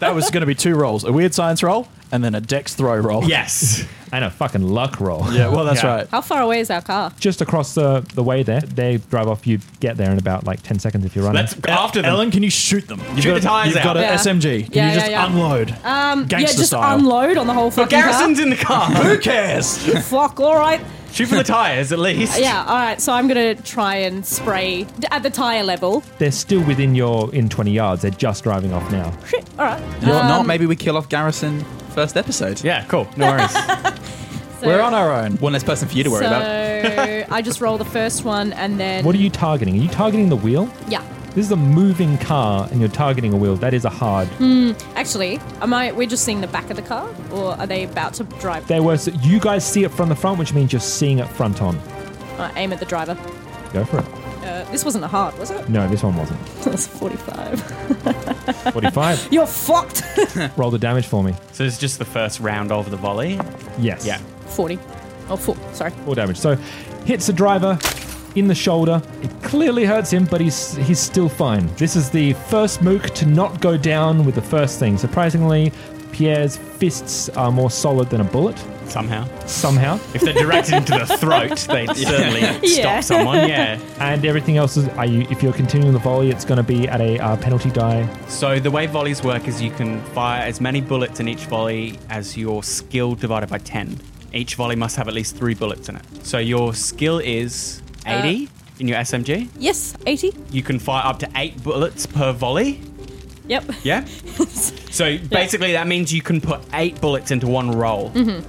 [SPEAKER 4] That was going to be two rolls: a weird science roll and then a dex throw roll.
[SPEAKER 6] yes.
[SPEAKER 1] and a fucking luck roll.
[SPEAKER 4] Yeah. Well, that's
[SPEAKER 6] Yeah.
[SPEAKER 4] right.
[SPEAKER 3] How far away is our car?
[SPEAKER 1] Just across the, the way there, they drive off. You get there in about like 10 seconds if you're running.
[SPEAKER 6] Let's after them.
[SPEAKER 4] Ellen, can you shoot them? You've
[SPEAKER 6] Shoot
[SPEAKER 4] got,
[SPEAKER 6] the tires
[SPEAKER 4] You've
[SPEAKER 6] out.
[SPEAKER 4] got an
[SPEAKER 3] Yeah.
[SPEAKER 4] SMG. Can
[SPEAKER 3] Yeah,
[SPEAKER 4] you just
[SPEAKER 3] yeah, yeah.
[SPEAKER 4] unload?
[SPEAKER 3] Um,
[SPEAKER 4] Gangster
[SPEAKER 3] yeah, just
[SPEAKER 4] style.
[SPEAKER 3] unload on the whole
[SPEAKER 6] But
[SPEAKER 3] fucking
[SPEAKER 6] Garrison's in the car.
[SPEAKER 4] Who cares?
[SPEAKER 3] car. Fuck. All right.
[SPEAKER 6] Shoot for the tires at least.
[SPEAKER 3] Yeah. All right. So I'm gonna try and spray d- at the tire level.
[SPEAKER 1] They're still within your in 20 yards. They're just driving off now.
[SPEAKER 3] All right.
[SPEAKER 5] You know what,
[SPEAKER 3] um,
[SPEAKER 5] not? Maybe we kill off Garrison first episode.
[SPEAKER 6] Yeah, cool. No worries.
[SPEAKER 3] So,
[SPEAKER 4] We're on our own.
[SPEAKER 5] One less person for you to worry
[SPEAKER 3] so
[SPEAKER 5] about.
[SPEAKER 3] I just roll the first one and then.
[SPEAKER 1] What are you targeting? Are you targeting the wheel?
[SPEAKER 3] Yeah.
[SPEAKER 1] This is a moving car and you're targeting a wheel. That is a hard.
[SPEAKER 3] Hmm, Actually, am I? We're just seeing the back of the car, or are they about to drive?
[SPEAKER 1] There were you guys see it from the front, which means you're seeing it front on.
[SPEAKER 3] Uh, aim at the driver.
[SPEAKER 1] Go for it.
[SPEAKER 3] Uh, this wasn't a hard, was it?
[SPEAKER 1] No, this one wasn't.
[SPEAKER 3] That's 45.
[SPEAKER 1] 45.
[SPEAKER 3] You're fucked!
[SPEAKER 1] Roll the damage for me.
[SPEAKER 6] so it's just the first round of the volley.
[SPEAKER 1] Yes.
[SPEAKER 6] Yeah.
[SPEAKER 3] 40. Oh, four. Sorry.
[SPEAKER 1] Four damage. So hits the driver in the shoulder. It clearly hurts him, but he's he's still fine. This is the first mook to not go down with the first thing. Surprisingly, Pierre's fists are more solid than a bullet.
[SPEAKER 6] somehow.
[SPEAKER 1] Somehow.
[SPEAKER 6] If they're directed into the throat, they'd certainly stop someone. Yeah.
[SPEAKER 1] And everything else is, are you, if you're continuing the volley, it's going to be at a uh, penalty die.
[SPEAKER 6] So the way volleys work is you can fire as many bullets in each volley as your skill divided by 10. Each volley must have at least three bullets in it. So your skill is 80 in your SMG.
[SPEAKER 3] Yes, 80.
[SPEAKER 6] You can fire up to eight bullets per volley.
[SPEAKER 3] Yep.
[SPEAKER 6] Yeah? so basically, that means you can put eight bullets into one roll.
[SPEAKER 3] Mhm.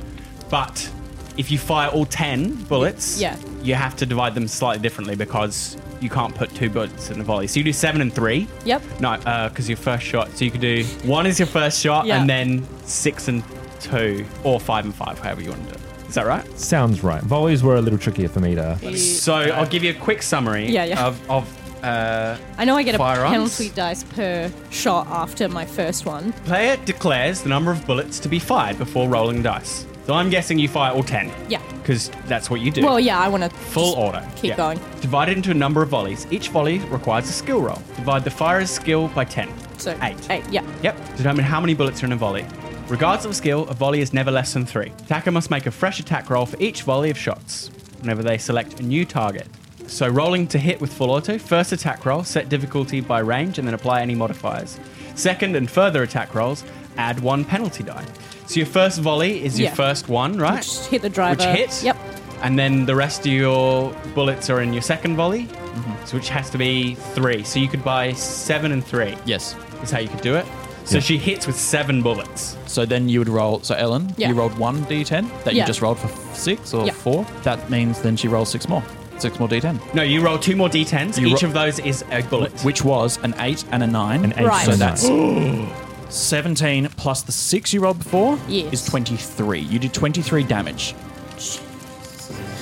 [SPEAKER 6] But if you fire all 10 bullets,
[SPEAKER 3] Yeah.
[SPEAKER 6] you have to divide them slightly differently because you can't put two bullets in a volley. So you do seven and three.
[SPEAKER 3] Yep.
[SPEAKER 6] No, because your first shot. So you could do one is your first shot,
[SPEAKER 3] Yeah.
[SPEAKER 6] and then six and two, or five and five, however you want to do it. Is that right?
[SPEAKER 1] Sounds right. Volleys were a little trickier for me to.
[SPEAKER 6] So I'll give you a quick summary
[SPEAKER 3] Yeah, yeah.
[SPEAKER 6] of. of uh,
[SPEAKER 3] I know I get a
[SPEAKER 6] firearms.
[SPEAKER 3] penalty dice per shot after my first one.
[SPEAKER 6] Player declares the number of bullets to be fired before rolling dice. So I'm guessing you fire all 10.
[SPEAKER 3] Yeah.
[SPEAKER 6] Because that's what you do.
[SPEAKER 3] Well, yeah, I want to
[SPEAKER 6] Full order.
[SPEAKER 3] keep going.
[SPEAKER 6] Divided into a number of volleys. Each volley requires a skill roll. Divide the firer's skill by 10.
[SPEAKER 3] So
[SPEAKER 6] eight.
[SPEAKER 3] Eight. Yeah.
[SPEAKER 6] Yep. Determine how many bullets are in a volley. Regardless of skill, a volley is never less than three. Attacker must make a fresh attack roll for each volley of shots whenever they select a new target. So rolling to hit with full auto, first attack roll, set difficulty by range, and then apply any modifiers. Second and further attack rolls, add one penalty die. So your first volley is your
[SPEAKER 3] Yeah.
[SPEAKER 6] first one, right?
[SPEAKER 3] Which hit the driver.
[SPEAKER 6] Which hit?
[SPEAKER 3] Yep.
[SPEAKER 6] And then the rest of your bullets are in your second volley,
[SPEAKER 3] Mm-hmm.
[SPEAKER 6] so which has to be three. So you could buy seven and three.
[SPEAKER 4] Yes.
[SPEAKER 6] Is how you could do it. So she hits with seven bullets.
[SPEAKER 4] So then you would roll. So Ellen,
[SPEAKER 6] Yeah.
[SPEAKER 4] you rolled one d10 that
[SPEAKER 6] Yeah.
[SPEAKER 4] you just rolled for f- six or
[SPEAKER 6] Yeah.
[SPEAKER 4] four. That means then she rolls six more. Six more d10.
[SPEAKER 6] No, you roll two more d10s.
[SPEAKER 4] You
[SPEAKER 6] Each
[SPEAKER 4] ro-
[SPEAKER 6] of those is a bullet.
[SPEAKER 4] Which was an eight and a nine. An
[SPEAKER 6] eight Right.
[SPEAKER 4] So
[SPEAKER 6] and a
[SPEAKER 4] that's
[SPEAKER 6] nine.
[SPEAKER 4] 17 plus the six you rolled before
[SPEAKER 3] Yes.
[SPEAKER 4] is 23. You did 23 damage.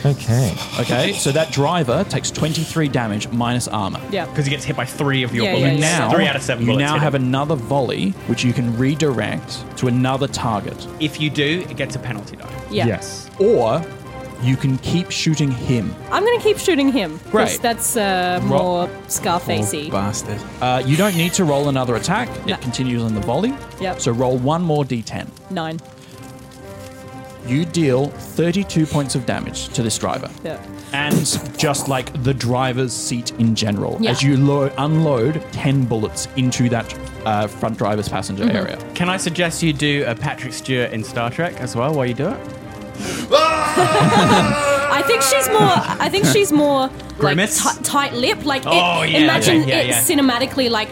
[SPEAKER 1] Okay.
[SPEAKER 4] Okay, so that driver takes 23 damage minus armor.
[SPEAKER 3] Yeah.
[SPEAKER 6] Because he gets hit by three of your
[SPEAKER 4] You
[SPEAKER 6] bullets.
[SPEAKER 4] Now,
[SPEAKER 6] three out of seven
[SPEAKER 4] You
[SPEAKER 6] bullets.
[SPEAKER 4] now
[SPEAKER 6] hit
[SPEAKER 4] have
[SPEAKER 6] him.
[SPEAKER 4] another volley, which you can redirect to another target.
[SPEAKER 6] If you do, it gets a penalty die.
[SPEAKER 3] Yeah.
[SPEAKER 4] Yes. Or you can keep shooting him.
[SPEAKER 3] I'm gonna keep shooting him. 'cause
[SPEAKER 4] Great.
[SPEAKER 3] That's uh,
[SPEAKER 4] Roll-
[SPEAKER 3] more Scarfacey.
[SPEAKER 4] bastard. Uh, you don't need to roll another attack. It continues on the volley.
[SPEAKER 3] Yep.
[SPEAKER 4] So roll one more d10.
[SPEAKER 3] Nine.
[SPEAKER 4] You deal 32 points of damage to this driver.
[SPEAKER 3] Yeah.
[SPEAKER 4] And just like the driver's seat in general,
[SPEAKER 3] Yeah.
[SPEAKER 4] as you lo- unload 10 bullets into that uh, front driver's passenger
[SPEAKER 3] Mm-hmm.
[SPEAKER 6] Mhm.
[SPEAKER 4] area.
[SPEAKER 6] Can I suggest you do a Patrick Stewart in Star Trek as well while you do it?
[SPEAKER 3] I think she's more. I think she's more
[SPEAKER 6] Grimace?
[SPEAKER 3] like, ti- tight-lipped. Like, it,
[SPEAKER 6] Oh, yeah,
[SPEAKER 3] imagine
[SPEAKER 6] yeah, yeah,
[SPEAKER 3] it
[SPEAKER 6] yeah.
[SPEAKER 3] cinematically, like,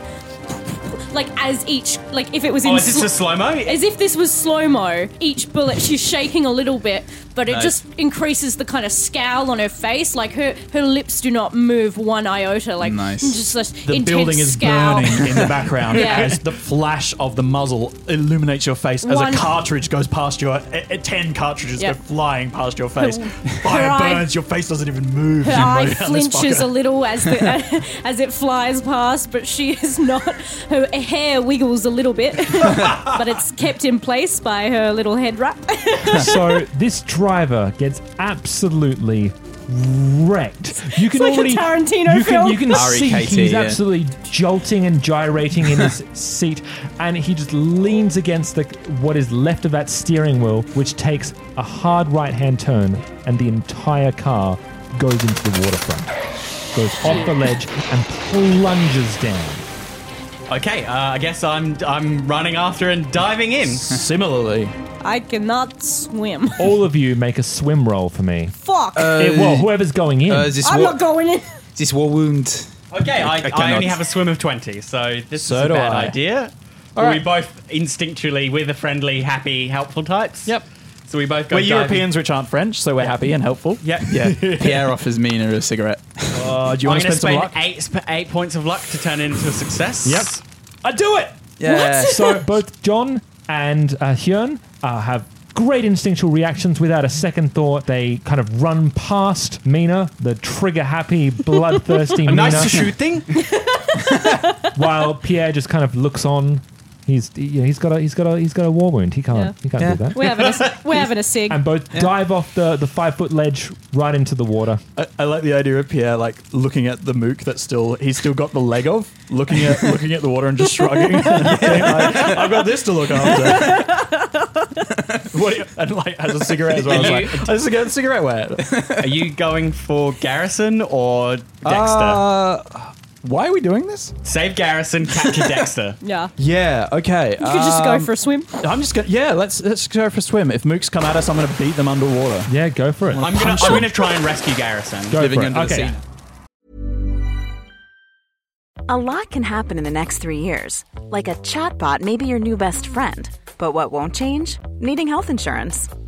[SPEAKER 3] like as each, like if it was in.
[SPEAKER 6] Oh, is this a slow-mo?
[SPEAKER 3] As if this was slow mo. Each bullet, she's shaking a little bit, but it
[SPEAKER 6] Nice.
[SPEAKER 3] just increases the kind of scowl on her face. Like her, her lips do not move one iota. Like
[SPEAKER 4] Nice.
[SPEAKER 3] Just this
[SPEAKER 4] The
[SPEAKER 3] intense
[SPEAKER 4] building is
[SPEAKER 3] scowl.
[SPEAKER 4] burning in the background
[SPEAKER 3] Yeah.
[SPEAKER 4] as the flash of the muzzle illuminates your face as
[SPEAKER 3] One-
[SPEAKER 4] a cartridge goes past your. A, a- ten cartridges
[SPEAKER 3] Yep.
[SPEAKER 4] go flying past your face. Fire
[SPEAKER 3] Her eye-
[SPEAKER 4] burns, your face doesn't even move.
[SPEAKER 3] Her
[SPEAKER 4] as you
[SPEAKER 3] eye
[SPEAKER 4] blow down this
[SPEAKER 3] flinches
[SPEAKER 4] fucker.
[SPEAKER 3] a little as the, as it flies past, but she is not. Her hair wiggles a little bit, but it's kept in place by her little head wrap.
[SPEAKER 1] so this driver gets absolutely wrecked. You can
[SPEAKER 3] like a
[SPEAKER 1] already
[SPEAKER 3] Tarantino
[SPEAKER 1] you can,
[SPEAKER 3] film.
[SPEAKER 1] you can see
[SPEAKER 5] R.E.K.T.,
[SPEAKER 1] he's
[SPEAKER 5] yeah.
[SPEAKER 1] absolutely jolting and gyrating in his seat, and he just leans against the what is left of that steering wheel, which takes a hard right hand turn, and the entire car goes into the waterfront, goes off the ledge, and plunges down.
[SPEAKER 6] Okay, uh, I guess I'm I'm running after and diving in.
[SPEAKER 4] Similarly,
[SPEAKER 3] I cannot swim.
[SPEAKER 4] Oh.
[SPEAKER 1] All of you make a swim roll for me.
[SPEAKER 3] Fuck.
[SPEAKER 5] Uh,
[SPEAKER 4] Uh,
[SPEAKER 1] Eh, well, whoever's going in.
[SPEAKER 3] I'm not going in.
[SPEAKER 5] Is this war wound?
[SPEAKER 6] Okay, I, I,
[SPEAKER 5] cannot.
[SPEAKER 6] only have a swim of 20, so this
[SPEAKER 5] So
[SPEAKER 6] is a
[SPEAKER 5] do
[SPEAKER 6] bad
[SPEAKER 5] I.
[SPEAKER 6] idea.
[SPEAKER 5] All
[SPEAKER 6] Were
[SPEAKER 5] right.
[SPEAKER 6] We both instinctually, we're the friendly, happy, helpful types. Yep. So we both go
[SPEAKER 4] We're
[SPEAKER 6] diving.
[SPEAKER 4] Europeans, which aren't French, so we're happy and helpful.
[SPEAKER 6] Yeah,
[SPEAKER 5] Yeah. Pierre offers Mina a cigarette.
[SPEAKER 4] do you
[SPEAKER 6] I'm
[SPEAKER 4] want to
[SPEAKER 6] gonna
[SPEAKER 4] spend some luck?
[SPEAKER 6] Eight, sp- eight points of luck to turn into a success.
[SPEAKER 1] Yep.
[SPEAKER 4] I do it.
[SPEAKER 1] Uh, so both John and uh, Hyun uh, have great instinctual reactions without a second thought. They kind of run past Mina, the trigger happy, bloodthirsty
[SPEAKER 6] A
[SPEAKER 1] Mina.
[SPEAKER 6] nice shooting.
[SPEAKER 1] While Pierre just kind of looks on. He's you know, he's got a he's got a he's got a war wound. He can't
[SPEAKER 3] Yeah.
[SPEAKER 1] he can't do that.
[SPEAKER 3] We're having a, we're having a sig.
[SPEAKER 1] and both dive off the, the five foot ledge right into the water.
[SPEAKER 4] I, I like the idea of Pierre like looking at the mook that's still he's still got the leg of, looking at looking at the water and just shrugging. Like, I've got this to look after. What do you, and like has a cigarette as well. I was
[SPEAKER 6] Are
[SPEAKER 4] like,
[SPEAKER 6] you-
[SPEAKER 4] I just get a cigarette wet.
[SPEAKER 6] Are you going for Garrison or Dexter?
[SPEAKER 4] Uh, why are we doing this?
[SPEAKER 6] Save Garrison, capture Dexter.
[SPEAKER 3] Yeah.
[SPEAKER 4] Yeah. Okay. You
[SPEAKER 3] could just go for a swim.
[SPEAKER 4] I'm just gonna. Yeah. Let's let's go for a swim. If mooks come at us, I'm gonna beat them underwater. Yeah. Go for it.
[SPEAKER 6] I'm gonna I'm gonna try and rescue Garrison.
[SPEAKER 4] Go for it. Okay.
[SPEAKER 8] A lot can happen in the next three years. Like a chatbot may be your new best friend. But what won't change? Needing health insurance.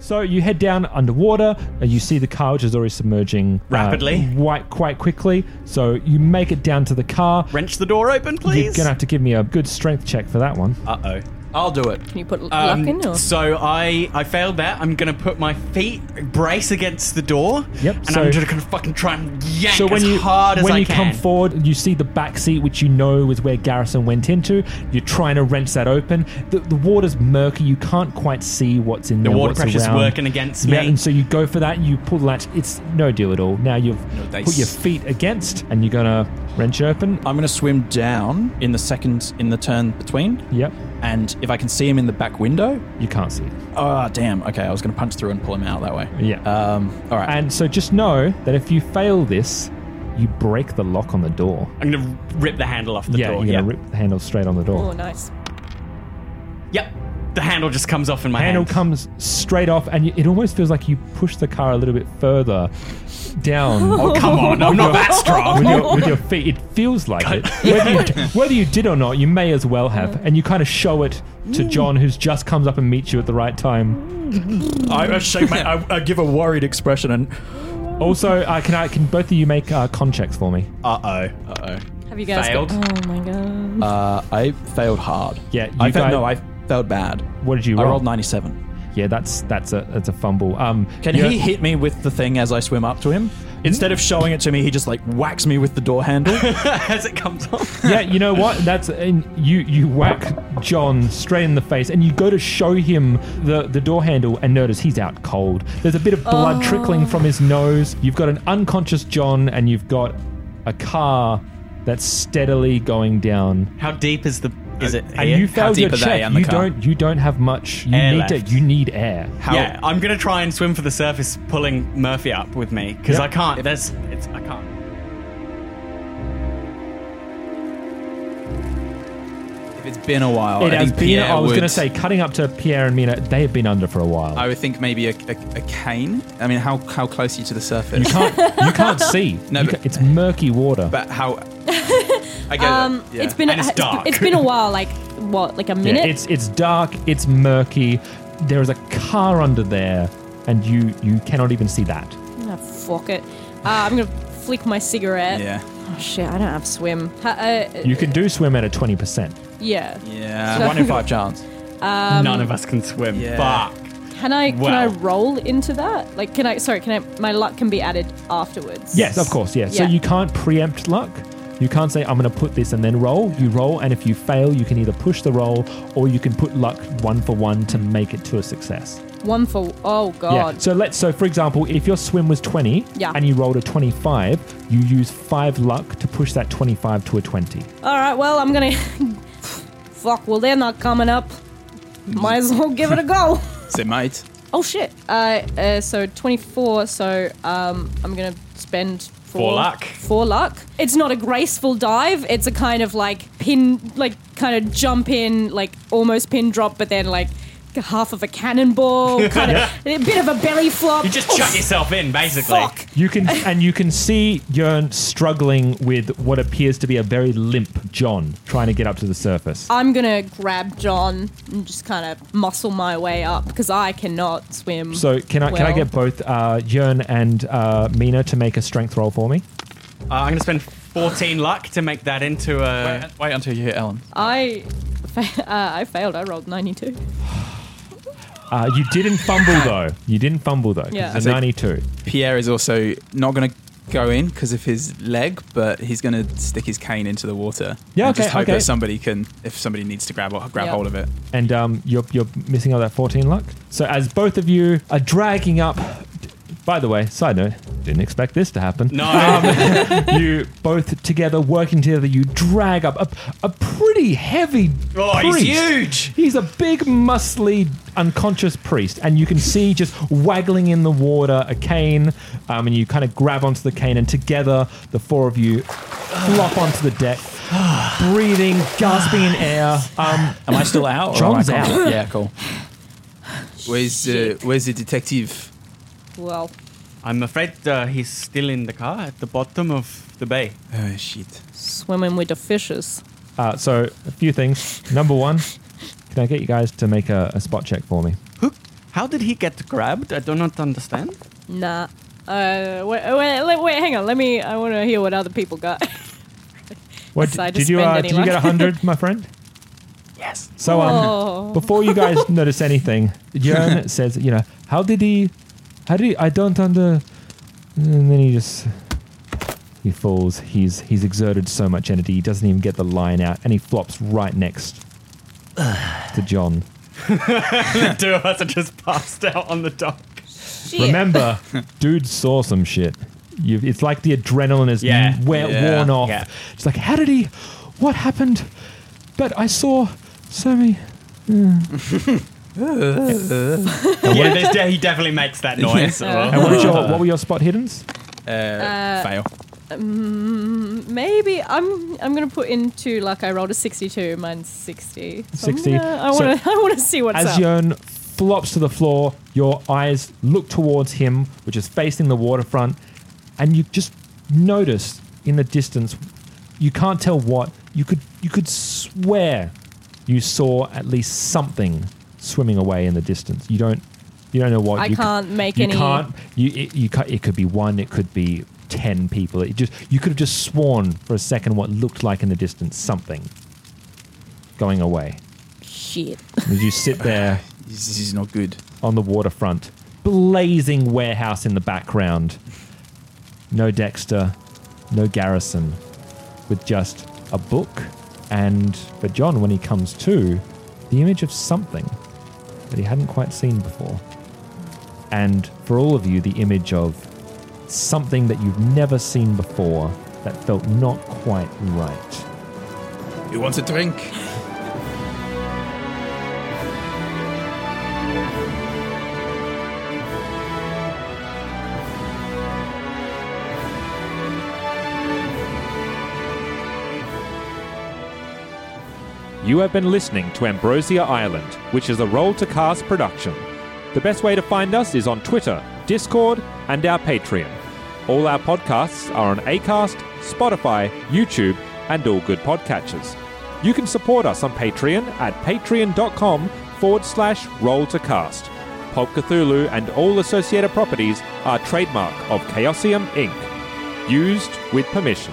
[SPEAKER 1] So you head down underwater, and you see the car which is already submerging uh,
[SPEAKER 6] Rapidly.
[SPEAKER 1] quite quite quickly. So you make it down to the car.
[SPEAKER 6] Wrench the door open,
[SPEAKER 1] You're
[SPEAKER 6] please.
[SPEAKER 1] gonna have to give me a good strength check for that one.
[SPEAKER 6] Uh oh. I'll do it. Can
[SPEAKER 3] you put
[SPEAKER 1] luck in, or-
[SPEAKER 6] Um, So I I failed that. I'm gonna put my feet brace against the door. Yep. And
[SPEAKER 1] so-
[SPEAKER 6] I'm just gonna fucking try and yank
[SPEAKER 1] so when
[SPEAKER 6] as
[SPEAKER 1] you
[SPEAKER 6] hard as
[SPEAKER 1] when
[SPEAKER 6] I
[SPEAKER 1] you
[SPEAKER 6] can.
[SPEAKER 1] come forward, you see the back seat, which you know is where Garrison went into. You're trying to wrench that open. The, the water's murky; you can't quite see what's in
[SPEAKER 6] The
[SPEAKER 1] there.
[SPEAKER 6] water
[SPEAKER 1] what's
[SPEAKER 6] pressure's
[SPEAKER 1] around.
[SPEAKER 6] working against
[SPEAKER 1] Yeah,
[SPEAKER 6] me.
[SPEAKER 1] and so you go for that. You pull the latch. It's no deal at all. Now you've
[SPEAKER 4] dice.
[SPEAKER 1] put your feet against, and you're gonna wrench it open.
[SPEAKER 4] I'm gonna swim down in the second in the turn between.
[SPEAKER 1] Yep.
[SPEAKER 4] And if I can see him in the back window,
[SPEAKER 1] you can't see. Him.
[SPEAKER 4] Oh damn! Okay, I was gonna punch through and pull him out that way.
[SPEAKER 1] Yeah.
[SPEAKER 6] Uh,
[SPEAKER 4] Um. All right.
[SPEAKER 1] And so just know that if you fail this, you break the lock on the door.
[SPEAKER 6] I'm gonna rip the handle off the
[SPEAKER 1] yeah,
[SPEAKER 6] door.
[SPEAKER 1] you're
[SPEAKER 6] Yeah.
[SPEAKER 1] gonna rip the handle straight on the door.
[SPEAKER 3] Oh, nice.
[SPEAKER 6] Yep. The handle just comes off in my
[SPEAKER 1] handle
[SPEAKER 6] hand.
[SPEAKER 1] comes straight off, and you- it almost feels like you push the car a little bit further down.
[SPEAKER 6] Oh, come on, I'm not that strong.
[SPEAKER 1] With your, with your feet, it feels like it. Whether you, whether you did or not, you may as well have, and you kind of show it to
[SPEAKER 4] Mm.
[SPEAKER 1] John, who's just comes up and meets you at the right time.
[SPEAKER 4] I, I shake my. I, I give a worried expression and.
[SPEAKER 1] Also, uh, can I? Can both of you make uh, con checks for me?
[SPEAKER 4] Uh oh. Uh oh.
[SPEAKER 3] Have you guys
[SPEAKER 4] Failed.
[SPEAKER 3] Got, oh my god.
[SPEAKER 4] Uh, I failed hard.
[SPEAKER 1] Yeah,
[SPEAKER 4] I
[SPEAKER 1] you
[SPEAKER 4] failed.
[SPEAKER 1] guys-
[SPEAKER 4] No, I failed bad.
[SPEAKER 1] What did you
[SPEAKER 4] I
[SPEAKER 1] roll?
[SPEAKER 4] rolled ninety-seven.
[SPEAKER 1] Yeah, that's that's a that's a fumble. Um,
[SPEAKER 4] Can
[SPEAKER 1] you're-
[SPEAKER 4] he hit me with the thing as I swim up to him? Instead of showing it to me, he just like whacks me with the door handle.
[SPEAKER 6] as it comes off.
[SPEAKER 1] yeah, you know what? That's and you you whack John straight in the face, and you go to show him the the door handle, and notice he's out cold. There's a bit of blood
[SPEAKER 9] Oh.
[SPEAKER 1] trickling from his nose. You've got an unconscious John, and you've got a car that's steadily going down.
[SPEAKER 6] How deep is the? Is it?
[SPEAKER 1] And
[SPEAKER 6] here?
[SPEAKER 1] you
[SPEAKER 6] How
[SPEAKER 1] failed
[SPEAKER 6] deep
[SPEAKER 1] your
[SPEAKER 6] are they
[SPEAKER 1] check.
[SPEAKER 6] on the
[SPEAKER 1] You
[SPEAKER 6] car?
[SPEAKER 1] don't you don't have much. You
[SPEAKER 6] Air
[SPEAKER 1] need
[SPEAKER 6] left.
[SPEAKER 1] it. You need air. How?
[SPEAKER 6] yeah, I'm gonna try and swim for the surface, pulling Murphy up with me because
[SPEAKER 1] Yeah.
[SPEAKER 6] I can't. That's it's I can't.
[SPEAKER 5] If it's been a while,
[SPEAKER 1] it
[SPEAKER 5] I
[SPEAKER 1] has
[SPEAKER 5] think
[SPEAKER 1] been.
[SPEAKER 5] Pierre
[SPEAKER 1] I was
[SPEAKER 5] would-
[SPEAKER 1] going to say, cutting up to Pierre and Mina, they have been under for a while.
[SPEAKER 5] I would think maybe a, a, a cane. I mean, how how close are you to the surface?
[SPEAKER 1] You can't. You can't see.
[SPEAKER 5] No,
[SPEAKER 1] You
[SPEAKER 5] but-
[SPEAKER 1] ca- it's murky water.
[SPEAKER 5] But how? I get
[SPEAKER 3] Um,
[SPEAKER 5] that. Yeah.
[SPEAKER 3] it's been a, it's been a while. Like what? Like a minute.
[SPEAKER 1] Yeah, it's it's dark, it's murky. There is a car under there, and you you cannot even see that.
[SPEAKER 3] Ah, fuck it. Uh, I'm gonna flick my cigarette.
[SPEAKER 1] Yeah.
[SPEAKER 3] Oh shit! I don't have swim. Ha- uh,
[SPEAKER 1] You can do swim at a twenty percent.
[SPEAKER 3] Yeah.
[SPEAKER 5] Yeah,
[SPEAKER 3] So- one in five
[SPEAKER 5] chance.
[SPEAKER 3] Um,
[SPEAKER 6] None of us can swim. Fuck.
[SPEAKER 3] Can I can I
[SPEAKER 6] Well.
[SPEAKER 3] roll into that? Like, can I? Sorry, can I? My luck can be added afterwards.
[SPEAKER 1] Yes, of course. Yeah. So you can't preempt luck. You can't say I'm going to put this and then roll. You roll, and if you fail, you can either push the roll or you can put luck one for one to make it to a success.
[SPEAKER 3] One for oh god.
[SPEAKER 1] Yeah. So let's so for example, if your swim was twenty
[SPEAKER 3] Yeah.
[SPEAKER 1] and you rolled a twenty-five, you use five luck to push that twenty-five to a twenty.
[SPEAKER 3] All right. Well, I'm gonna. Fuck. Well, they're not coming up. Might as well give it a go.
[SPEAKER 5] Say, mate.
[SPEAKER 3] Oh shit. Uh, uh so 24. So um, I'm gonna spend four,
[SPEAKER 5] Four luck.
[SPEAKER 3] Four luck. It's not a graceful dive. It's a kind of like pin, like kind of jump in, like almost pin drop, but then like half of a cannonball, kind of a bit of a belly flop.
[SPEAKER 6] You just chuck yourself in, basically.
[SPEAKER 1] You can and you can see Yearn struggling with what appears to be a very limp John trying to get up to the surface.
[SPEAKER 3] I'm gonna grab John and just kind of muscle my way up because I cannot swim.
[SPEAKER 1] So can I can I
[SPEAKER 3] well.
[SPEAKER 1] get both uh, Yearn and uh, Mina to make a strength roll for me?
[SPEAKER 6] Uh, I'm going to spend 14 luck to make that into a. Wait,
[SPEAKER 4] until you hit Ellen.
[SPEAKER 3] I fa- uh, I failed. I rolled 92.
[SPEAKER 1] Uh, you didn't fumble though. You didn't fumble though. 'cause
[SPEAKER 3] Yeah.
[SPEAKER 1] It's a
[SPEAKER 5] So-
[SPEAKER 1] ninety-two.
[SPEAKER 5] Pierre is also not going to go in because of his leg, but he's going to stick his cane into the water.
[SPEAKER 1] Yeah,
[SPEAKER 5] and Just
[SPEAKER 1] okay,
[SPEAKER 5] hope
[SPEAKER 1] okay.
[SPEAKER 5] that somebody can, if somebody needs to grab or grab
[SPEAKER 1] Yeah.
[SPEAKER 5] hold of it.
[SPEAKER 1] and um, you're, you're missing out that 14 luck. So as both of you are dragging up, by the way, side note, didn't expect this to happen.
[SPEAKER 6] Um,
[SPEAKER 1] No, you both together, working together, you drag up a, a pretty heavy.
[SPEAKER 6] Oh, he's
[SPEAKER 1] priest.
[SPEAKER 6] huge!
[SPEAKER 1] He's a big, muscly, unconscious priest, and you can see just waggling in the water a cane, um, and you kind of grab onto the cane, and together the four of you flop onto the deck, breathing, gasping in air. Um,
[SPEAKER 5] Am I still out? or am I
[SPEAKER 1] John's
[SPEAKER 5] cool?
[SPEAKER 1] out.
[SPEAKER 5] yeah, cool. Where's uh, where's the detective?
[SPEAKER 3] Well,
[SPEAKER 6] I'm afraid uh, he's still in the car at the bottom of the bay.
[SPEAKER 5] Oh, shit.
[SPEAKER 3] swimming with the fishes.
[SPEAKER 1] Uh, so a few things. Number one, can I get you guys to make a, a spot check for me?
[SPEAKER 6] How did he get grabbed? I do not understand.
[SPEAKER 3] Nah. Uh, wait, wait, le- wait, hang on. Let me. I want to hear what other people got.
[SPEAKER 1] What
[SPEAKER 3] Decide to
[SPEAKER 1] did you
[SPEAKER 3] spend
[SPEAKER 1] uh,
[SPEAKER 3] any
[SPEAKER 1] did you get
[SPEAKER 3] luck.
[SPEAKER 1] hundred, my friend?
[SPEAKER 6] Yes.
[SPEAKER 1] So um,
[SPEAKER 3] Whoa.
[SPEAKER 1] before you guys notice anything, Jern says, you know, how did he? How did he? I don't under. And then he just he falls. He's he's exerted so much energy, he doesn't even get the line out, and he flops right next to John.
[SPEAKER 6] the two of us are just passed out on the dock.
[SPEAKER 1] Remember, dude saw some shit. You've, it's like the adrenaline is
[SPEAKER 6] Yeah.
[SPEAKER 1] n- wear,
[SPEAKER 6] Yeah.
[SPEAKER 1] worn off.
[SPEAKER 6] Yeah.
[SPEAKER 1] It's like, how did he? What happened? But I saw so many. Yeah.
[SPEAKER 6] yeah, there's de- he definitely makes that noise.
[SPEAKER 3] Yeah.
[SPEAKER 1] and what, was your, what were your spot hiddens?
[SPEAKER 3] Uh, fail. Um, maybe I'm. I'm gonna put in two. Like I rolled a 62. Mine's 60. So I'm
[SPEAKER 1] 60.
[SPEAKER 3] gonna- I
[SPEAKER 1] So-
[SPEAKER 3] want to. I want to see what's
[SPEAKER 1] As
[SPEAKER 3] up.
[SPEAKER 1] Yearn flops to the floor, your eyes look towards him, which is facing the waterfront, and you just notice in the distance, you can't tell what, you could you could swear you saw at least something swimming away in the distance. You don't you don't know what
[SPEAKER 3] I
[SPEAKER 1] you
[SPEAKER 3] can't make
[SPEAKER 1] you
[SPEAKER 3] any-
[SPEAKER 1] can't you it, you can it could be one, it could be ten people. It just you could have just sworn for a second what looked like in the distance something going away.
[SPEAKER 3] Shit.
[SPEAKER 1] As you sit there,
[SPEAKER 5] this is not good.
[SPEAKER 1] On the waterfront, blazing warehouse in the background. No Dexter, no Garrison, with just a book, and for John, when he comes to, the image of something that he hadn't quite seen before. And for all of you, the image of something that you've never seen before that felt not quite right.
[SPEAKER 5] Who wants a drink?
[SPEAKER 9] You have been listening to Ambrosia Island, which is a Roll to Cast production. The best way to find us is on Twitter, Discord, and our Patreon. All our podcasts are on Acast, Spotify, YouTube, and all good podcatchers. You can support us on Patreon at patreon.com forward slash roll to cast. Pulp Cthulhu and all associated properties are trademark of Chaosium Inc. Used with permission.